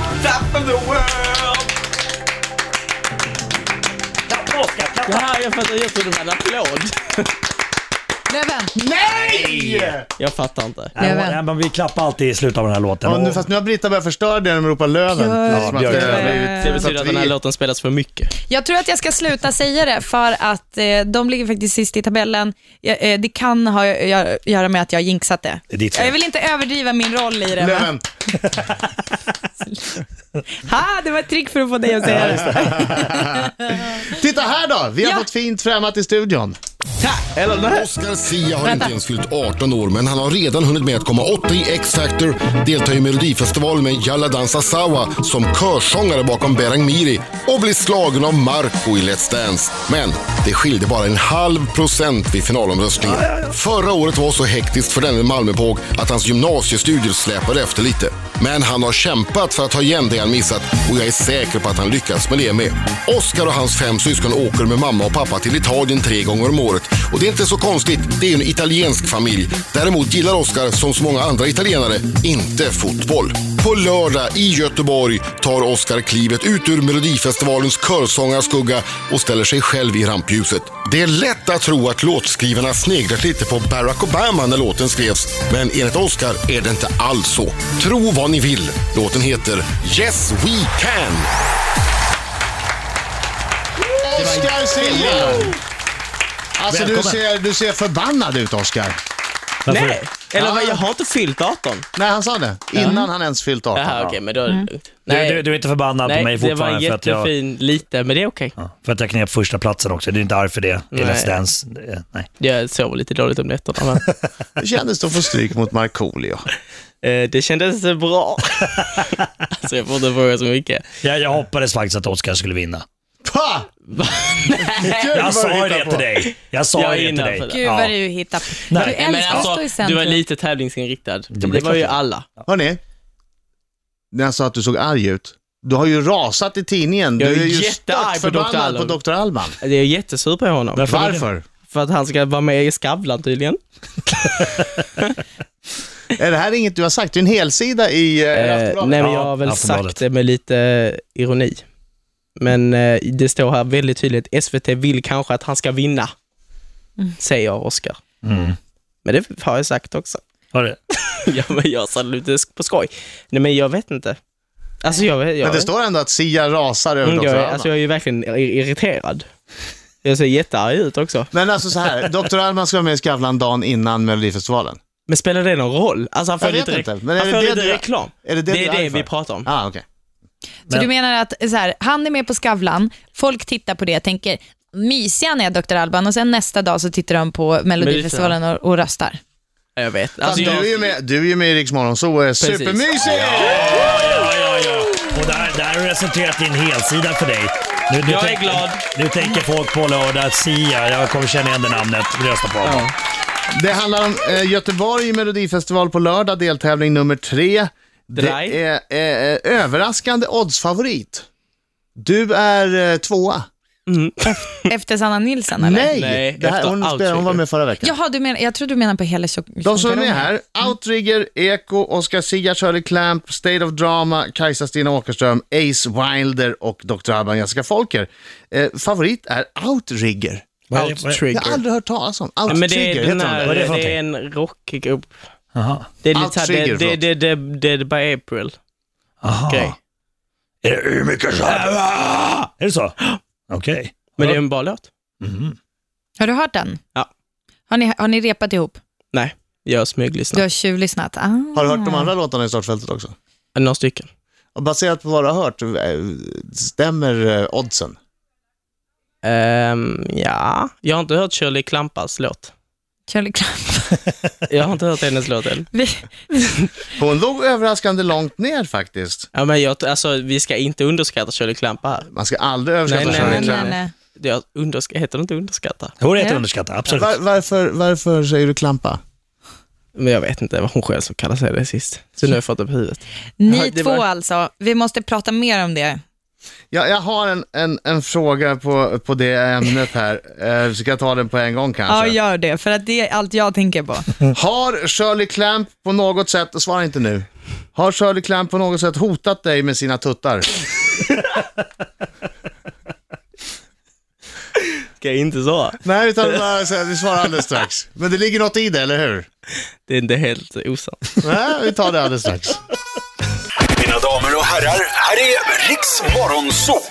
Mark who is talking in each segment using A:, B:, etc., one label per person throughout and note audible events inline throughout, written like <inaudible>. A: of the world!
B: Oscar, kan-
C: Det här är för att jag just trodde det var en applåd.
D: Löven.
A: Nej!
C: Jag fattar inte.
B: Nej,
D: Löven.
B: men- nej, Äh, men vi klappar alltid i slutet av den här låten.
E: Ja, nu, fast nu har Britta börjat förstöra det när de ropar löven.
D: Björk.
E: Det är som att det har
D: Björk.
E: blivit-
C: Det
D: Så
C: betyder
E: att
C: att den här
E: vi-
C: låten spelas för mycket.
D: Eh, Jag tror att jag ska sluta säga det för att eh, de ligger faktiskt sist i tabellen. Jag, eh, det kan ha att göra med att jag har jinxat det.
B: Det är ditt fel.
D: jag vill inte överdriva min roll i det. va?
E: Löven.
D: Ha, det var ett trick för att få dig att säga det.
E: Titta här då! Vi har
D: Ja.
E: fått fint främmat i studion.
C: Eller nej.
F: Oscar Sia har inte ens fyllt 18 år, men han har redan hunnit med att komma åtta i X-Factor, delta i Melodifestivalen med Jalla Dansa Sawa som körsångare bakom Berang Miri och bli slagen av Marco i Let's Dance. Men det skilde bara en halv procent vid finalomröstningen. Förra året var så hektiskt för denne Malmöpåg att hans gymnasiestudier släpade efter lite. Men han har kämpat för att ta igen det han missat och jag är säker på att han lyckas med det med. Oscar och hans fem syskon åker med mamma och pappa till Italien tre gånger om året. Och det är inte så konstigt, det är ju en italiensk familj. Däremot gillar Oscar, som så många andra italienare, inte fotboll. På lördag i Göteborg tar Oscar klivet ut ur Melodifestivalens körsångarskugga och ställer sig själv i rampljuset. Det är lätt att tro att låtskrivarna sneglat lite på Barack Obama när låten skrevs, men enligt Oscar är det inte alls så. Tro vad ni vill, låten heter Yes We Can.
E: Oscar Zia! Alltså du
B: Välkommen.
E: ser, du ser förbannad ut Oscar.
B: Varför?
C: Nej. Eller vad,
E: Ja.
C: jag har inte fyllt 18.
E: Nej, han sa det. Innan han ens fyllt 18.
C: Jaha, okej, men då är det lugnt.
B: Mm. Du, du, du är inte förbannad
C: nej,
B: på mig
C: det var en
B: fortfarande för att, jag,
C: jättefin lite, men det är okej.
B: för att jag knep första platsen också. Du är inte arg för det i
C: Nej.
B: Let's Dance. Eh, Nej.
C: Jag sover lite dåligt om nätterna,
B: <laughs>
C: men
E: Hur kändes det att få stryk mot Markoolio?
C: eh, det kändes
B: <laughs>
C: bra. alltså, jag får inte fråga så mycket.
B: Jag, jag hoppades faktiskt att Oscar skulle vinna.
E: Pa! Gud, vad
B: Jag sa
E: du
B: ju
E: hittar
B: det
E: på.
B: till dig. Jag sa
C: Jag är
B: ju det till
C: innanför
B: dig.
C: det.
D: Gud
B: Ja.
D: vad du hittar på.
B: Nej,
D: Du
B: men
D: älskar att stå i
C: alltså, du
D: centrum.
C: var lite tävlingsinriktad. Det,
B: men det är
C: var
B: klart
C: ju
B: jag-
C: alla.
E: Hörni, när jag sa att du såg arg ut. Du har ju rasat i tidningen. Du
C: Jag är
E: är ju
C: jättearg på Dr.
E: störtförbannad på
C: Alban.
E: Dr. Alban.
C: Jag är jättesur på honom.
B: Varför?
E: Varför?
C: För att han ska vara med i Skavlan tydligen.
E: Är det här inget du har sagt? Det är en helsida i eh,
C: Eh,
E: Aftonbladet.
C: nej, men
B: Ja,
C: jag har väl
B: Aftonbladet.
C: sagt det med lite ironi. Men eh, det står här väldigt tydligt, SVT vill kanske att han ska vinna, säger Oscar.
B: Mm.
C: Men det har jag sagt också. <laughs>
B: Var det?
C: ja, men jag sa det lite på skoj. Nej, men jag vet inte. Alltså, jag, jag,
E: Men det står ändå att Sia rasar över
C: Mm,
E: Dr.
C: jag,
E: Alban.
C: alltså, jag är ju verkligen ir- irriterad. Jag ser jättearg ut också.
E: Men alltså så här, Dr. Alban ska vara med i Skavlan dagen innan Melodifestivalen.
C: Men spelar det någon roll? Alltså, han får
E: Jag vet
C: lite, re-
E: inte, men är
C: han
E: det
C: får
E: det
C: lite
E: du-
C: reklam.
E: Är det det,
C: det
E: du
C: är
E: arg
C: det
E: för?
C: vi pratar om.
E: Ah, okej.
D: Så du menar att så här, han är med på Skavlan, folk tittar på det och tänker mysig han är Dr. Alban och sen nästa dag så tittar de på Melodifestivalen och, och röstar.
C: Jag vet.
E: Fan,
C: Alltså,
E: du,
C: jag,
E: är ju med, du är ju med i Rix Morgon, eh, så är supermysigt!
B: Ja, ja, ja. Och där, där har det resulterat i en helsida för dig. Nu, nu
C: Jag är
B: tänk-
C: glad.
B: Nu tänker folk på lördag, Sia, jag kommer känna igen det namnet, rösta på honom.
E: Det handlar om eh, Göteborg Melodifestival på lördag, deltävling nummer tre.
C: Draj.
E: Det är eh, eh, överraskande oddsfavorit. Du är eh, tvåa.
D: Efter Sanna Nilsson eller?
E: Nej!
C: Nej,
E: det här,
C: efter
E: hon, spelade,
C: Outrigger.
E: hon var med förra veckan.
D: Jaha, du menar, jag tror du menar på hela tjock...
E: De som är med här,
C: Mm.
E: Outrigger, Eko, Oscar Zia, Shirley Clamp, State of Drama, Kajsa-Stina Åkerström, Ace Wilder och Dr. Alban Jessica Folker. Eh, favorit är Outrigger.
B: Vad är det- vad är-
C: Outrigger.
E: Jag har aldrig hört talas om.
C: Ja, men det
E: Outrigger
C: är, den
E: heter
C: här,
E: den.
B: Vad är det för
C: det är en rockgrupp.
B: Jaha.
C: Det är lite här,
E: Outrigger,
C: det, det, det, det, det, det by April
B: Aha.
C: grej.
B: Är det hur mycket så? Är det så? Okej.
C: Men det är en bra låt.
D: Har du hört den?
C: Ja.
D: Har ni, har ni repat ihop?
C: Nej, jag
D: Du
C: smyglyssnar.
D: har tjuvlyssnat? Ah.
E: Har du
C: Mm.
E: hört de andra låtarna i startfältet också?
C: Några stycken.
E: Och baserat på vad du har hört, eh, stämmer eh, oddsen?
C: Ehm, ja, jag har inte hört Shirley Clampas låt.
D: Shirley Clamp.
C: Jag har inte hört hennes låt än.
D: Vi,
E: Hon låg överraskande långt ner faktiskt.
C: Ja, men jag, alltså, vi ska inte underskatta Shirley Clampa här.
E: Man ska aldrig överskatta
C: Nej, nej,
E: Shirley
D: eh,
C: nej,
E: Clamp.
C: nej. Jag undersk- heter det inte underskatta?
B: Jo, det heter
D: Ja.
B: underskatta, absolut.
E: Var, varför, varför säger du klampa?
C: Men jag vet inte, det var hon själv som kallade sig det sist. Så nu har jag fått upp huvudet.
D: Ni
C: Det
D: två
C: var-
D: alltså, vi måste prata mer om det.
E: Ja, jag har en, en, en fråga på, på det ämnet här. Eh, Ska jag ta den på en gång kanske?
D: Ja, gör det, för att det är allt jag tänker på.
E: Har Shirley Clamp på något sätt, svara inte nu, har Shirley Clamp på något sätt hotat dig med sina tuttar?
C: Ska jag inte svara?
E: Nej, utan bara så här, vi svarar alldeles strax. Men det ligger något i det, eller hur?
C: Det är inte helt osant. <laughs>
E: Nej, vi tar det alldeles strax.
A: Mina damer och herrar, här är Riks Morgonzoo!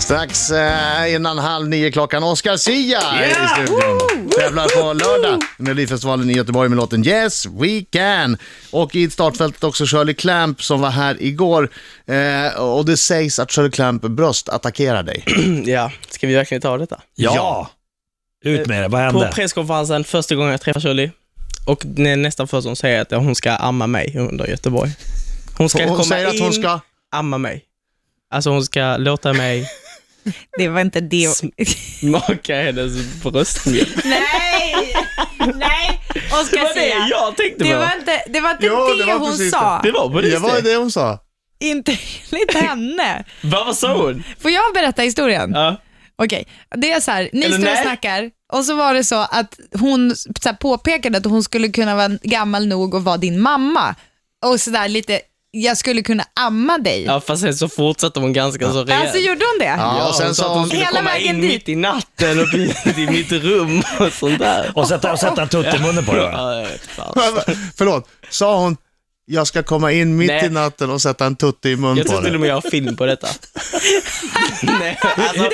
E: Strax eh, innan halv nio klockan, Oscar Sia är i studion. Tävlar på lördag med Melodifestivalen i Göteborg med låten Yes We Can. Och i startfältet också Shirley Clamp som var här igår. Eh, och det sägs att Shirley Clamp bröstattackerar dig.
C: Ja, ska vi verkligen ta detta?
B: Ja! Ut med det, vad
C: På
B: hände?
C: presskonferensen första gången jag träffar Shirley och nä- nästan första hon säger att hon ska amma mig under Göteborg. Hon ska komma
E: Hon säger
C: in,
E: att hon ska...
C: amma mig. Alltså hon ska låta <laughs> mig
D: Det var inte det. <laughs>
C: smaka hennes bröstmjölk.
D: Nej! Nej!
C: Det
D: Oskar
C: var det
D: säga.
C: jag tänkte
D: Det
C: på.
D: var inte det, var inte
E: Jo,
D: det,
E: det var
D: hon
E: precis
D: sa.
C: Det var på
E: Det
C: det.
E: var det hon sa.
D: Inte <laughs> enligt henne.
C: Vad vad sa hon?
D: Får jag berätta historien?
C: Ja.
D: Okej, det är så här, ni
C: Eller
D: står och
C: nej?
D: snackar och så var det så att hon så här, påpekade att hon skulle kunna vara gammal nog och vara din mamma. Och sådär lite, jag skulle kunna amma dig.
C: ja, fast sen så fortsatte hon ganska så rejält.
D: alltså gjorde hon det?
E: Ja, och sen sa hon...
C: skulle
D: Hela
C: komma
D: vägen
C: in
D: dit.
C: mitt i natten och bli i mitt rum och sånt där.
B: Och sätta, och sätta en tutt i munnen på det. va?
C: Ja, jag vet fan.
E: <laughs> Förlåt, sa hon jag ska komma in mitt
C: Nej.
E: i natten och sätta en tutte i mun
C: Jag
E: på
C: tror till och
E: dig?
C: med jag har film på detta. <laughs> Nej, alltså, hon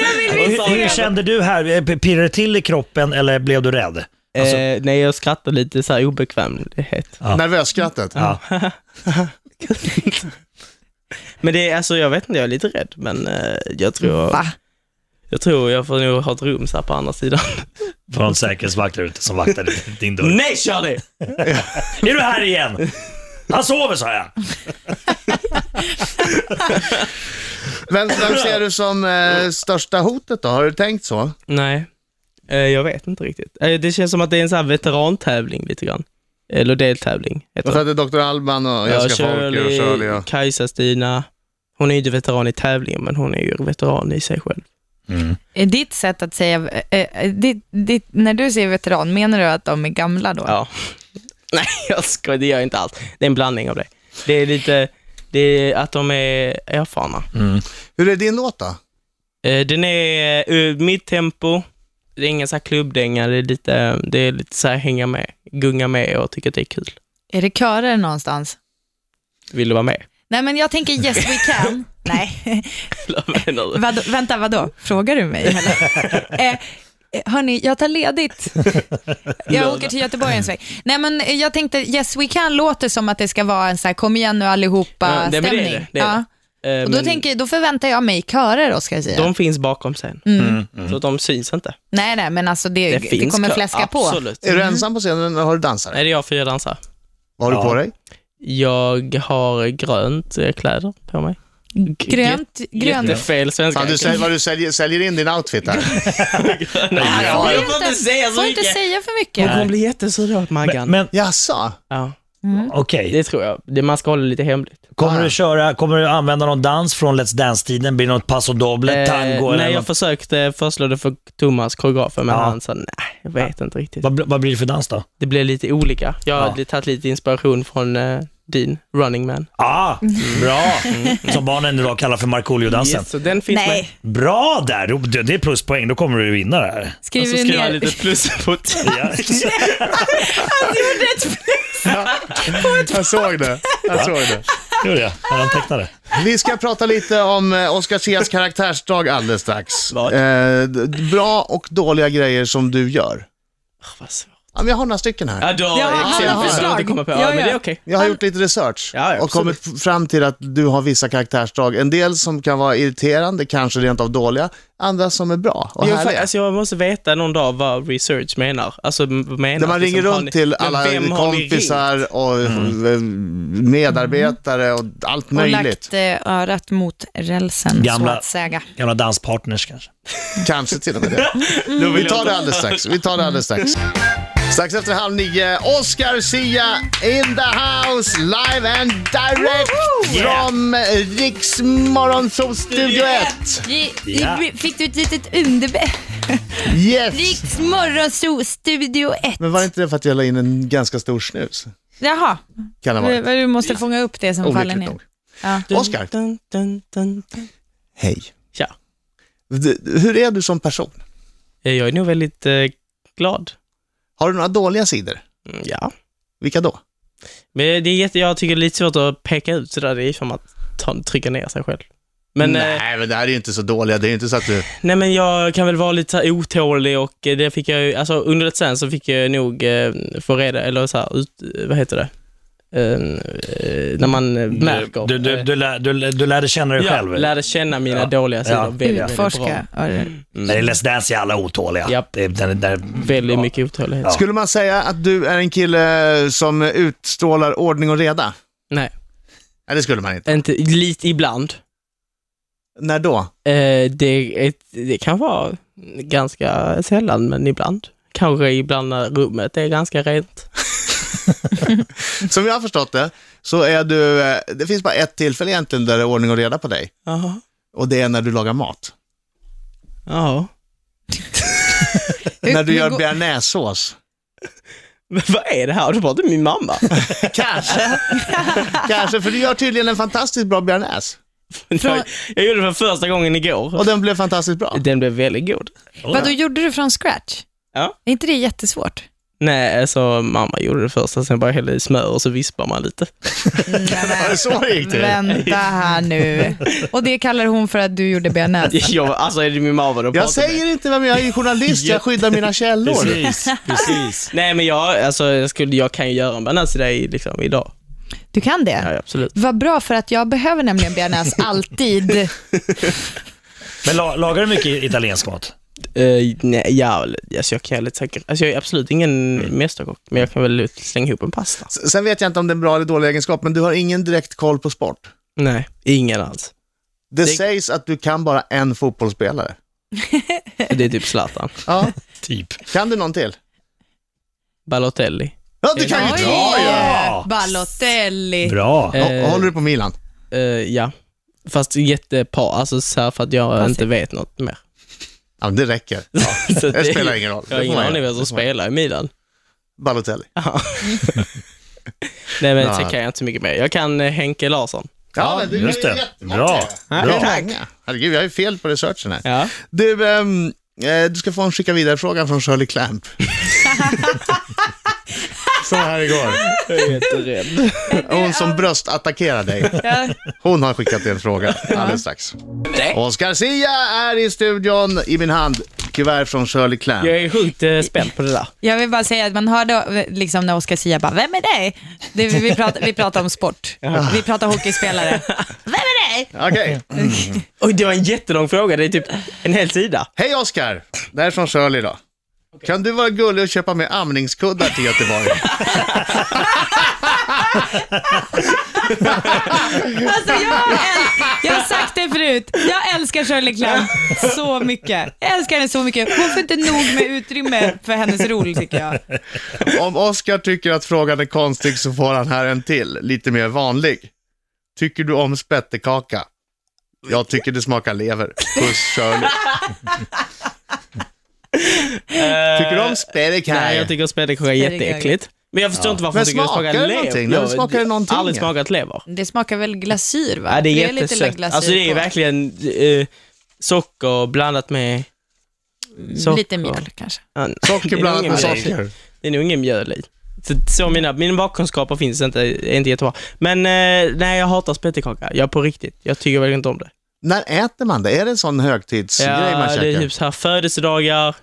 C: sa
B: Hur, hur
C: det.
B: kände du här? Eh, Pirrade det till i kroppen eller blev du rädd? Alltså-
C: Eh, nej, jag skrattar lite så här obekvämlighet.
E: Nervösskrattet.
B: Ja.
C: Men det är alltså, jag vet inte, jag är lite rädd, men eh, jag tror...
D: Va?
C: Jag tror jag får nog ha ett rum så här på andra sidan.
B: Från säkerhetsvakter ute
C: <laughs>
B: som vaktade din dörr.
C: Nej, kör det!
B: Är du här igen? Han sover sa jag.
E: Vem, vem ser du som eh, största hotet då? Har du tänkt så?
C: Nej, eh, jag vet inte riktigt. Eh, det känns som att det är en sån här veterantävling lite grann. Eller deltävling, heter
E: Varför hade Dr. Alban och Jessica Folker och Shirley och...
C: Kajsa-Stina. Hon är ju inte veteran i tävlingen, men hon är ju veteran i sig själv.
D: Är Ditt sätt att säga, eh, eh, ditt, ditt, när du säger veteran, menar du att de är gamla då?
C: Ja. <laughs> Nej, jag skojar. Det gör jag inte alls. Det är en blandning av det. Det är lite, det är att de är erfarna.
E: Hur är din låt då?
C: Eh, Den är eh, mitt tempo. Det är ingen så här klubbdänga. Det är lite, det är lite så här hänga med, gunga med och tycka att det är kul.
D: Är det körer någonstans?
C: Vill du vara med? <laughs>
D: Nej, men jag tänker yes we <laughs> can. Nej,
C: Eller vad menar du?
D: vadå, vänta vadå? Frågar du mig eller? eh, hörni, jag tar ledigt. Jag åker till Göteborg en sväng. Nej, men eh, jag tänkte yes we can låter som att det ska vara en så här kom igen nu
C: Ja,
D: allihopa
C: nej, men det är
D: stämning.
C: det, det är
D: ja.
C: Eh,
D: Och då,
C: men
D: tänker, då förväntar jag mig körer då ska jag säga.
C: De finns bakom sen,
E: Mm,
C: så de syns inte.
D: Nej, nej, men alltså det,
C: Det,
D: det,
C: finns
D: kommer
C: kö-
D: fläska på.
C: Absolut.
E: Är du ensam på scenen eller har du dansare?
C: Mm. Nej, det är jag fyra dansare.
E: Vad har du på dig?
C: Jag har grönt eh, kläder på mig.
D: Grönt, grönt.
C: Jättefel svenska.
E: Fan, du säljer, vad du säljer, säljer in din
C: <laughs>
E: outfit här.
C: Nej,
D: Får
C: jag får inte säga så
D: får inte
C: mycket.
D: säga för
C: Hon
D: mycket.
C: kommer bli jättesur åt Maggan.
B: Men, men
E: Jaså?
C: ja,
B: okej,
C: det tror jag. Det, man ska hålla lite hemligt.
B: kommer, du köra, kommer du använda någon dans från Let's Dance-tiden? Blir det något paso doble, tango
C: Eh, nej,
B: eller
C: jag
B: något?
C: försökte föreslå det för Thomas, koreografen, men
B: Ja.
C: han sa nej, jag vet inte riktigt.
B: Vad, bl- vad blir det för dans då?
C: Det blev lite olika. Jag har
B: Ja.
C: tagit lite inspiration från eh, din Running Man.
B: Ah, bra! Som barnen idag kallar för Markoolio-dansen.
C: så den finns med.
B: Bra där! Ro- Det det är pluspoäng, då kommer du vinna det här.
C: Och
D: Skriver
C: så
D: du
C: skrev
D: ner?
C: jag
D: <laughs>
C: lite <laughs> plus på tio.
B: Ja.
E: Jag såg det. Jag såg det.
B: Gjorde jag? Jag antecknade.
E: Vi ska prata lite om eh,
C: <laughs>
E: Oscar Zias karaktärsdrag alldeles strax.
C: Vad?
E: Eh, d- bra och dåliga grejer som du gör.
C: Åh, vad svårt.
E: Ja, men jag har några stycken här.
C: Ja, du har
D: Ja, han har
C: exempel som du
D: förslag.
C: inte kommer på.
D: Ja,
C: Ja, men
D: ja.
C: det är okej.
E: Jag har gjort lite research
C: Ja, ja,
E: och kommit fram till att du har vissa karaktärsdrag. En del som kan vara irriterande, kanske rent av dåliga. andra som är bra och
C: Jag,
E: härliga.
C: alltså, jag måste veta någon dag vad research menar. Alltså, m- menar
E: När man
C: liksom,
E: ringer
C: har
E: runt
C: ni-
E: till
C: Men
E: alla
C: vem har ni ringt?
E: kompisar och mm. medarbetare och allt
D: Och
E: möjligt.
D: lagt eh, örat mot rälsen, så
B: Gamla-
D: att säga.
B: Gamla danspartners kanske.
E: Kanske till och med <laughs> det. Mm. Vi tar det alldeles strax. Vi tar det alldeles strax. Mm. Strax efter halv nio, Oscar Sia in the house, live and direct
B: Yeah.
E: från Riks Morgonzoo Studio 1.
B: Ja.
D: Fick du ett litet underbett?
E: Yes!
D: Riks morgonzoo, studio 1.
E: Men var det inte det för att jag la in en ganska stor snus?
D: Jaha,
E: Kan det ha
D: du,
E: varit.
D: du måste fånga upp det som faller
E: Olyckligt
D: ner.
E: nog.
D: Ja.
E: Oscar.
C: Dun, dun, dun, dun.
E: Hej.
C: Tja.
E: D- Hur är du som person?
C: Eh, Jag är nog väldigt eh, glad.
E: Har du några dåliga sidor?
C: Mm, Ja.
E: Vilka då?
C: Men det är jätte, jag tycker det är lite svårt att peka ut sådär. Det är som att ta, trycka ner sig själv. Men, nej. Eh,
E: Nej, men det här är ju inte så dåliga. Det är ju inte så att du...
C: nej, men jag kan väl vara lite så här otålig och eh, det fick jag ju, alltså under ett sen så fick jag nog eh, få reda, eller så här, ut, eh, vad heter det? Eh, eh, när man eh, märker.
B: Du, du,
C: eh,
B: du, lär, du, du lärde känna dig
C: ja,
B: själv.
C: lärde känna mina
B: Ja.
C: dåliga sidor
B: Ja.
C: väldigt, väldigt bra.
D: Utforska. Ja, det-
B: När det är Let's Dance är alla otåliga.
C: Japp.
B: Det, är- den, den,
C: Väldigt
B: Ja.
C: mycket otålighet.
B: Ja.
E: Skulle man säga att du är en kille som utstrålar ordning och reda?
C: Nej,
E: Nej, det skulle man inte.
C: inte, lite ibland.
E: När då?
C: Eh, det, ett, det kan vara ganska sällan, men ibland. Kanske ibland när rummet är ganska rent.
E: Som jag har förstått det, så är du... eh, Det finns bara ett tillfälle egentligen där det är ordning och reda på dig.
C: Jaha.
E: Och det är när du lagar mat.
C: Ja.
E: När du
D: hur
E: gör
D: går-
E: bearnaisesås.
C: Men vad är det här? Du pratar med min mamma. <laughs>
E: Kanske. Kanske, för du gör tydligen en fantastiskt bra bearnaise.
C: jag, jag gjorde det för första gången igår.
E: Och den blev fantastiskt bra.
C: Den blev väldigt god.
D: Vadå, gjorde du från scratch?
C: Ja.
D: Är inte det jättesvårt?
C: Nej, alltså mamma gjorde det första, sen bara hällde i smör och så vispar man lite.
E: Ja, <laughs> Så gick det.
D: Vänta här
E: <laughs>
D: nu. Och det kallar hon för att du gjorde bearnaise.
C: <laughs> Jag, alltså är det min mamma då
E: Jag säger inte vem jag är, jag är journalist, jag skyddar mina källor.
B: Precis, precis.
C: Nej men jag, alltså, jag, skulle, jag kan ju göra en banan till dig liksom, idag.
D: Du kan det?
C: Ja, absolut.
D: Vad bra, för att jag behöver nämligen bearnaise alltid.
B: Men la, lagar du mycket italiensk mat?
C: Eh, nej, ja, alltså, jag kan lite säkert. Alltså, jag är absolut ingen mästerkock, men jag kan väl slänga ihop en pasta.
E: S- Sen vet jag inte om det är en bra eller dålig egenskap, men du har ingen direkt koll på sport.
C: Nej, ingen alls.
E: Det,
C: Det-
E: sägs att du kan bara en fotbollsspelare.
C: Det är typ Zlatan.
E: Ja.
B: Typ.
E: Kan du någon till?
C: <laughs> Balotelli.
E: <laughs> Ja, du kan ju
D: Oj,
E: dra ju!
B: ja.
D: Balotelli.
B: Bra.
E: Hå- Håller du på Milan?
C: Eh, ja. Fast jättepar, alltså så här för att jag
D: Passivt.
C: inte vet något <laughs> mer.
E: Ja, men det räcker.
C: <laughs> Så
E: Det spelar ingen roll.
C: Jag har
E: Det får
C: ingen
E: man
C: aning
E: göra.
C: vem som spelar i Milan.
E: Balotelli.
C: Nej men
E: Ja.
C: sen kan jag inte så mycket mer. Jag kan eh, Henke Larsson.
E: Ja, men du
B: Just
E: kan ju
B: det.
E: jättemånga.
B: Bra.
E: Det är
B: Bra.
E: många. Herregud, jag är fel på researchen här.
C: Ja.
E: Du, ehm, eh, du ska få en skicka vidare-fråga från Shirley Clamp. Som här igår.
C: Jag är jätterädd.
E: <laughs> Hon som bröstattackerar dig. Hon har skickat en fråga alldeles strax. Oscar Sia är i studion i min hand. Kuvert från Shirley Clamp.
C: Jag är sjukt eh, spänd på det där.
D: Jag vill bara säga att man hörde liksom när Oscar Sia bara, vem är det? det vi, vi, pratar, vi pratar om sport. Vi pratar hockeyspelare. Vem är det?
E: Okej.
C: Oj, det var en jättelång fråga. Det är typ en hel sida.
E: Hej Oscar! Det här är från Shirley då. Kan du vara gullig och köpa med amningskuddar till Göteborg?
D: Alltså jag, äl- jag har sagt det förut, jag älskar Shirley Clamp så mycket. Jag älskar henne så mycket. Hon får inte nog med utrymme för hennes roll tycker jag.
E: Om Oscar tycker att frågan är konstig så får han här en till, lite mer vanlig. Tycker du om spettekaka? Jag tycker det smakar lever. Puss Shirley. Tycker du om spettekaka?
C: Eh, Nej, jag tycker spettekaka är
D: Spettekaka.
C: jätteäckligt. Men jag förstår inte varför
E: Men
C: man tycker det smakar
E: smakar det
C: lever.
E: någonting? Det
C: Jag
E: smakar det någonting.
C: Aldrig smakat lever.
D: Det smakar väl glasyr va?
C: Ja, det är
D: lite
C: jättesött.
D: glasyr
C: Alltså det är
D: på.
C: verkligen eh, socker blandat med... Socker.
D: Lite mjöl kanske.
C: Ja, det
E: Socker
C: är
E: blandat
C: nog
E: med
C: ingen mjöl.
E: socker.
C: Det är nog ingen mjöl i. Så, så mina, mina bakkunskaper finns inte, är inte jättebra. Men eh, nej, jag hatar spettekaka. Jag på riktigt. Jag tycker verkligen inte om det.
E: När äter man det? Är det en sån högtidsgrej man
C: Ja,
E: käkar?
C: det är typ så här födelsedagar,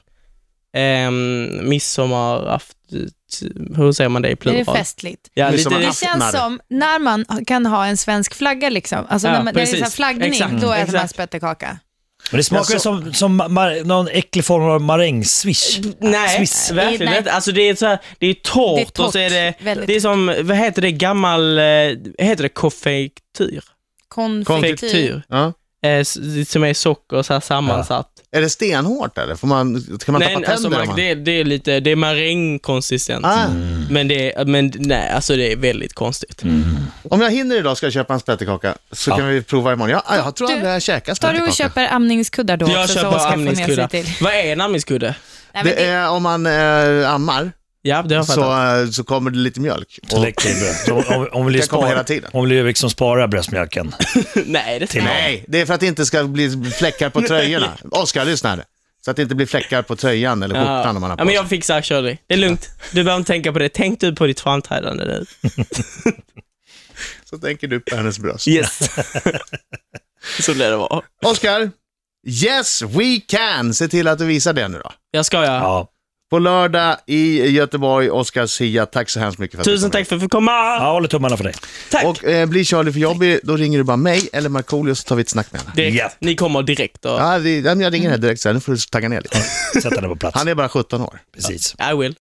C: ehm, midsommarafton, hur säger man det i
D: Det är
C: plural?
D: festligt.
C: Ja, lite,
D: Det
E: Midsommaraft-
D: känns som när man kan ha en svensk flagga liksom. Alltså
C: Ja,
D: när man, det är så här
C: precis.
D: flaggning,
C: Exakt.
D: då äter man
C: Exakt.
D: spettekaka.
B: Men det smakar ju som, som mar- någon äcklig form av marängsviss.
C: Nej,
B: Swiss.
C: verkligen
D: Nej.
C: inte. Alltså det är, så här, det är torrt
D: Det är torrt,
C: och så är det,
D: väldigt
C: det är som, vad heter det, gammal, eh, heter det konfektyr?
D: Konfektyr.
E: Ja.
C: Eh, s- som är socker så här sammansatt.
E: Är det stenhårt eller? Får man, kan man tappa
C: nej,
E: tänder?
C: alltså
E: om
C: man,
E: man...
C: det, det är lite, det är marängkonsistent.
E: Ah,
C: Men det är, men nej, alltså det är väldigt konstigt.
E: Mm. Ah, Om jag hinner idag ska jag köpa en sprätterkaka, så kan vi prova imorgon. Jag, jag tror
D: Du,
E: aldrig jag käkat
D: Tar du
E: sprätterkaka.
D: och köper amningskuddar då
C: Jag
D: också, så
C: köper
D: Oskar får med sig
C: amningskudde.
D: till?
C: Vad är en amningskudde?
D: Nej, men
E: Det är om man eh, ammar
C: Ja, det har jag fattat.
E: så, eh, så kommer det lite mjölk.
B: Så läcker det bra. Så om, om vi vill
E: Kan komma hela
B: spara,
E: tiden.
B: om vi vill liksom spara bröstmjölken.
C: <laughs> nej, det
B: Till
C: är
E: Nej, det är för att det inte ska bli
C: <laughs>
E: fläckar på tröjorna. Oskar, lyssna här. Så att det inte blir fläckar på tröjan eller skjortan om man har
C: ja,
E: på
C: men
E: sig.
C: jag fixar, kör dig. Det är lugnt. Du behöver inte tänka på det. Tänk du på ditt framträdande nu.
E: Så tänker du på hennes bröst.
C: Yes. <laughs> så blir det bra.
E: Oskar, yes we can! Se till att du visar det nu då.
C: Jag ska jag.
B: Ja.
E: På lördag i Göteborg, Oskar Sia, tack så hemskt mycket för att du
C: Tusen
E: kom hit.
C: tack för att jag fick komma.
B: ja, jag håller tummarna för dig.
C: Tack.
E: Och eh, blir Charlie för jobbig, då ringer du bara mig eller Markoolio så tar vi ett snack med henne.
C: direkt.
B: Ja.
C: Ni kommer direkt och...
E: Ja, det, ja, men jag ringer henne direkt sen, nu får du tagga ner lite.
B: Sätt henne på plats.
E: Han är bara 17 år.
B: Precis.
C: I will.